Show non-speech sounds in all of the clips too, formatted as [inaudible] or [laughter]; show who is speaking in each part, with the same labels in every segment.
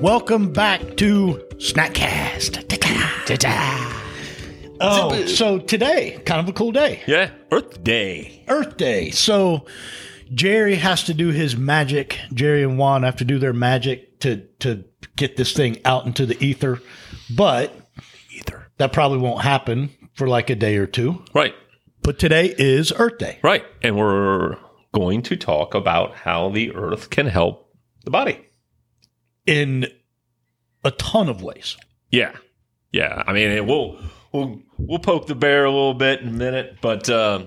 Speaker 1: Welcome back to Snackcast. Ta-ta, ta-ta. Oh, so today, kind of a cool day.
Speaker 2: Yeah, Earth Day.
Speaker 1: Earth Day. So Jerry has to do his magic. Jerry and Juan have to do their magic to to get this thing out into the ether. But
Speaker 2: Either.
Speaker 1: that probably won't happen for like a day or two.
Speaker 2: Right,
Speaker 1: But today is Earth Day.
Speaker 2: right. And we're going to talk about how the Earth can help the body.
Speaker 1: In a ton of ways.
Speaker 2: Yeah, yeah. I mean, it, we'll we'll we'll poke the bear a little bit in a minute, but um,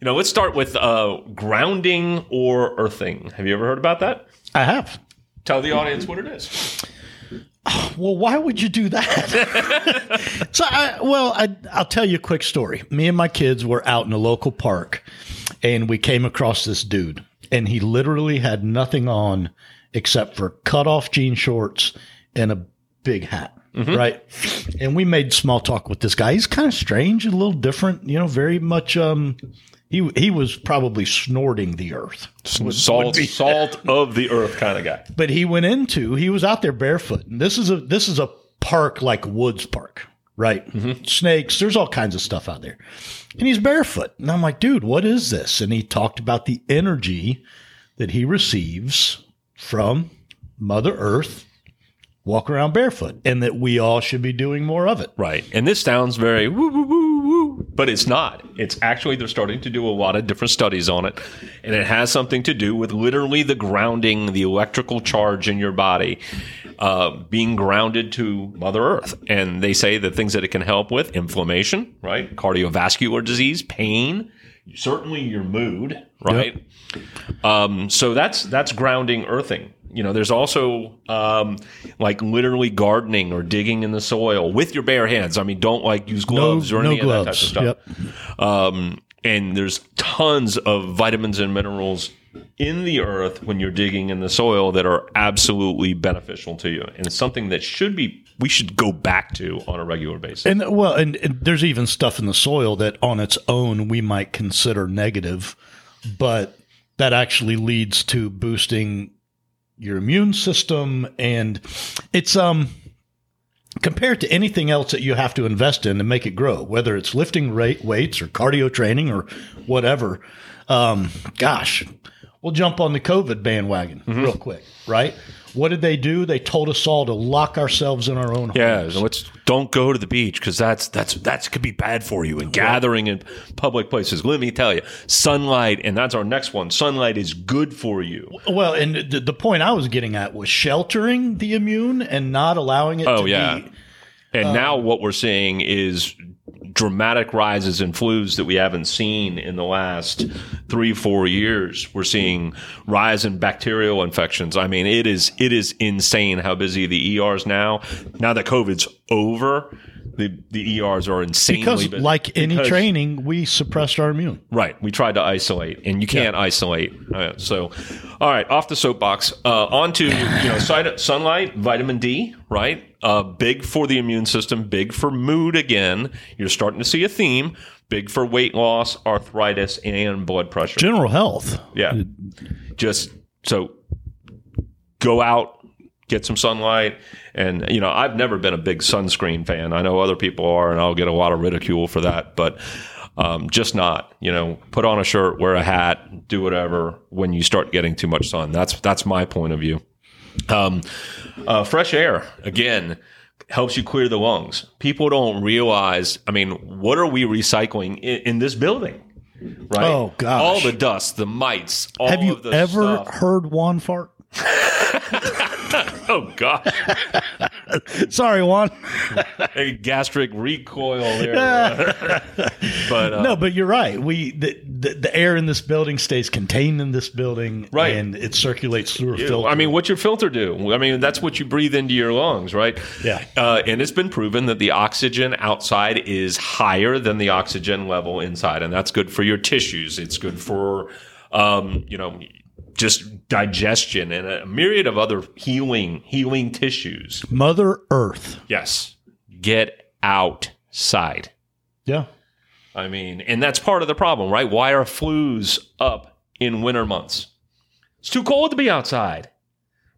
Speaker 2: you know, let's start with uh, grounding or earthing. Have you ever heard about that?
Speaker 1: I have.
Speaker 2: Tell the audience what it is.
Speaker 1: Well, why would you do that? so, I, well, I, I'll tell you a quick story. Me and my kids were out in a local park, and we came across this dude, and he literally had nothing on except for cut off jean shorts and a big hat. Right. And we made small talk with this guy. He's kind of strange, a little different, you know, very much um he he was probably snorting the earth.
Speaker 2: salt, salt of the earth kind of guy.
Speaker 1: but he went into he was out there barefoot and this is a this is a park like woods park right
Speaker 2: Mm-hmm.
Speaker 1: snakes there's all kinds of stuff out there and he's barefoot and i'm like dude what is this and he talked about the energy that he receives from mother earth walk around barefoot and that we all should be doing more of it
Speaker 2: Right. And this sounds very woo woo woo woo, but it's not. It's actually they're starting to do a lot of different studies on it, and it has something to do with literally the grounding, the electrical charge in your body, uh, being grounded to Mother Earth. And they say the things that it can help with inflammation, right, cardiovascular disease, pain, certainly your mood, right. Um, so that's that's grounding, earthing. You know, there's also um, like literally gardening or digging in the soil with your bare hands. I mean, don't like use gloves or
Speaker 1: no
Speaker 2: any of that type
Speaker 1: gloves.
Speaker 2: of stuff. Um, and there's tons of vitamins and minerals in the earth when you're digging in the soil that are absolutely beneficial to you, and it's something that should be we should go back to on a regular basis.
Speaker 1: And well, and, and there's even stuff in the soil that on its own we might consider negative, but that actually leads to boosting your immune system and it's um compared to anything else that you have to invest in to make it grow, whether it's lifting rate weights or cardio training or whatever. Um, gosh, we'll jump on the COVID bandwagon real quick, right? What did they do? They told us all to lock ourselves in our own homes.
Speaker 2: Yeah, so let's don't go to the beach because that's that's that's could be bad for you. And gathering in public places, let me tell you, sunlight, and that's our next one. Sunlight is good for you.
Speaker 1: Well, and the, the point I was getting at was sheltering the immune and not allowing it.
Speaker 2: Oh
Speaker 1: to
Speaker 2: yeah,
Speaker 1: be,
Speaker 2: and
Speaker 1: Um,
Speaker 2: now what we're seeing is dramatic rises in flus that we haven't seen in the last three four years. We're seeing rise in bacterial infections. I mean, it is it is insane how busy the ERs now. Now that COVID's over. The, the ERs are insanely
Speaker 1: because,
Speaker 2: busy.
Speaker 1: like any
Speaker 2: Because-
Speaker 1: training, we suppressed our immune.
Speaker 2: Right. We tried to isolate, and you can't isolate. Uh, so, all right, off the soapbox. Uh, on to you know, side, sunlight, vitamin D. Right. Uh, big for the immune system. Big for mood. Again, you're starting to see a theme. Big for weight loss, arthritis, and blood pressure.
Speaker 1: General health.
Speaker 2: yeah. Just so go out, get some sunlight, and you know I've never been a big sunscreen fan. I know other people are, and I'll get a lot of ridicule for that, but um, just not. You know, put on a shirt, wear a hat, do whatever. When you start getting too much sun, that's that's my point of view. Um, uh, fresh air again helps you clear the lungs. People don't realize. I mean, what are we recycling in, in this building? Right.
Speaker 1: Oh, gosh.
Speaker 2: All the dust, the mites. All
Speaker 1: Have you
Speaker 2: of the
Speaker 1: ever
Speaker 2: stuff.
Speaker 1: heard Juan fart?
Speaker 2: [laughs]
Speaker 1: [laughs]
Speaker 2: Oh gosh.
Speaker 1: Sorry, Juan. [laughs]
Speaker 2: a gastric recoil there. but uh,
Speaker 1: No, but you're right. We the, the the air in this building stays contained in this building,
Speaker 2: Right.
Speaker 1: And it circulates through a filter.
Speaker 2: I mean, what's your filter do? I mean, that's what you breathe into your lungs, right?
Speaker 1: Yeah.
Speaker 2: Uh, and it's been proven that the oxygen outside is higher than the oxygen level inside, and that's good for your tissues. It's good for, um, you know, just digestion and a myriad of other healing healing tissues.
Speaker 1: Mother Earth.
Speaker 2: Yes. Get outside.
Speaker 1: Yeah.
Speaker 2: I mean, and that's part of the problem, right? Why are flus up in winter months? It's too cold to be outside,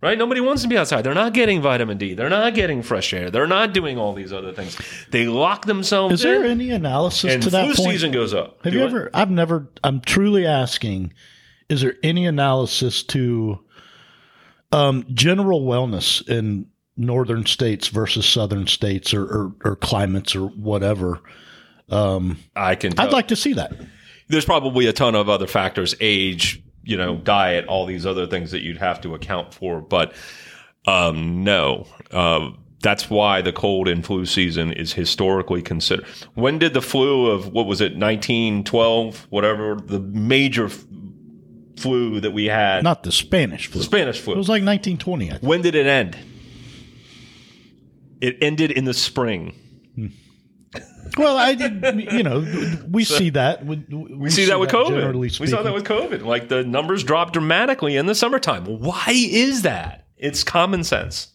Speaker 2: right? Nobody wants to be outside. They're not getting vitamin D. They're not getting fresh air. They're not doing all these other things. They lock themselves
Speaker 1: Is there
Speaker 2: in,
Speaker 1: any analysis
Speaker 2: and
Speaker 1: to
Speaker 2: flu
Speaker 1: that point?
Speaker 2: season goes up.
Speaker 1: Have
Speaker 2: Do
Speaker 1: you
Speaker 2: I-
Speaker 1: ever? I've never. I'm truly asking. Is there any analysis to um, general wellness in northern states versus southern states, or or, or climates, or whatever?
Speaker 2: I can.
Speaker 1: I'd
Speaker 2: tell.
Speaker 1: like to see that.
Speaker 2: there's probably a ton of other factors age you know diet all these other things that you'd have to account for but um no uh, that's why the cold and flu season is historically considered when did the flu of what was it 1912 whatever the major f- flu that we had
Speaker 1: Not the Spanish flu.
Speaker 2: spanish flu
Speaker 1: It was like 1920. I think.
Speaker 2: when did it end it ended in the spring
Speaker 1: Well, I did. You know, we see that. We,
Speaker 2: We see that with COVID.
Speaker 1: Generally
Speaker 2: We
Speaker 1: speaking.
Speaker 2: saw that with COVID. Like the numbers dropped dramatically in the summertime. Why is that? It's common sense.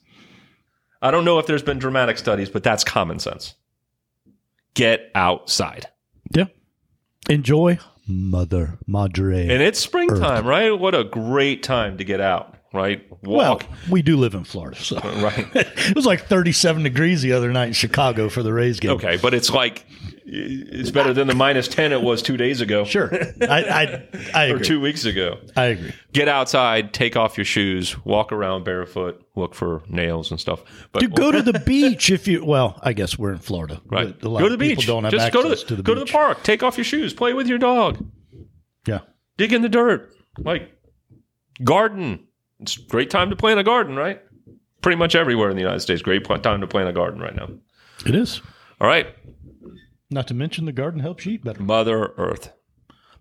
Speaker 2: I don't know if there's been dramatic studies, but that's common sense. Get outside.
Speaker 1: yeah. Enjoy, mother madre.
Speaker 2: And it's springtime, right? What a great time to get out, right?
Speaker 1: well,
Speaker 2: Walk. Uh-huh.
Speaker 1: we do live in Florida, so
Speaker 2: right.
Speaker 1: [laughs] it was like 37 degrees the other night in Chicago for the Rays game.
Speaker 2: Okay, but it's like it's better than the minus 10 it was 2 days ago
Speaker 1: Sure, I I, I
Speaker 2: or
Speaker 1: agree.
Speaker 2: 2 weeks ago.
Speaker 1: I agree.
Speaker 2: Get outside, take off your shoes, walk around barefoot, look for nails and stuff. But
Speaker 1: Dude, go to
Speaker 2: [laughs]
Speaker 1: the beach if you. Well, I guess we're in Florida.
Speaker 2: Right.
Speaker 1: but a lot
Speaker 2: Go to the
Speaker 1: of
Speaker 2: beach.
Speaker 1: People don't have
Speaker 2: Just
Speaker 1: access
Speaker 2: go to the,
Speaker 1: the
Speaker 2: go
Speaker 1: beach.
Speaker 2: to the park. Take off your shoes. Play with your dog.
Speaker 1: Yeah.
Speaker 2: Dig in the dirt. Like garden. It's a great time to plant a garden, right? Pretty much everywhere in the United States. Great pl- time to plant a garden right now.
Speaker 1: It is.
Speaker 2: All right,
Speaker 1: Not to mention the garden helps you eat better.
Speaker 2: Mother Earth.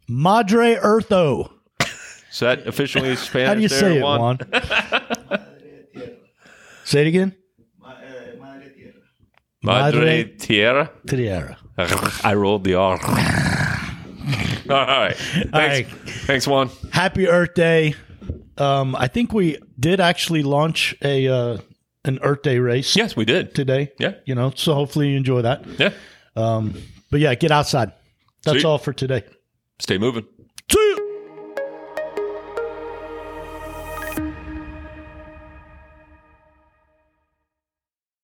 Speaker 1: Madre Eartho.
Speaker 2: Is
Speaker 1: [laughs]
Speaker 2: that officially Spanish?
Speaker 1: How do you
Speaker 2: there,
Speaker 1: say it,
Speaker 2: Juan? [laughs]
Speaker 1: Juan? say it again.
Speaker 2: Madre,
Speaker 1: Madre-
Speaker 2: Tierra. [laughs]
Speaker 1: Tierra.
Speaker 2: I rolled the R. [laughs] All
Speaker 1: [laughs]
Speaker 2: right. Thanks.
Speaker 1: right.
Speaker 2: Thanks, Juan.
Speaker 1: Happy Earth Day. Um, I think we did actually launch a uh, an Earth Day race
Speaker 2: Yes, we did.
Speaker 1: today.
Speaker 2: Yeah.
Speaker 1: You know, so hopefully you enjoy that.
Speaker 2: Yeah.
Speaker 1: But yeah, get outside. That's
Speaker 2: Sweet.
Speaker 1: all for today.
Speaker 2: Stay moving.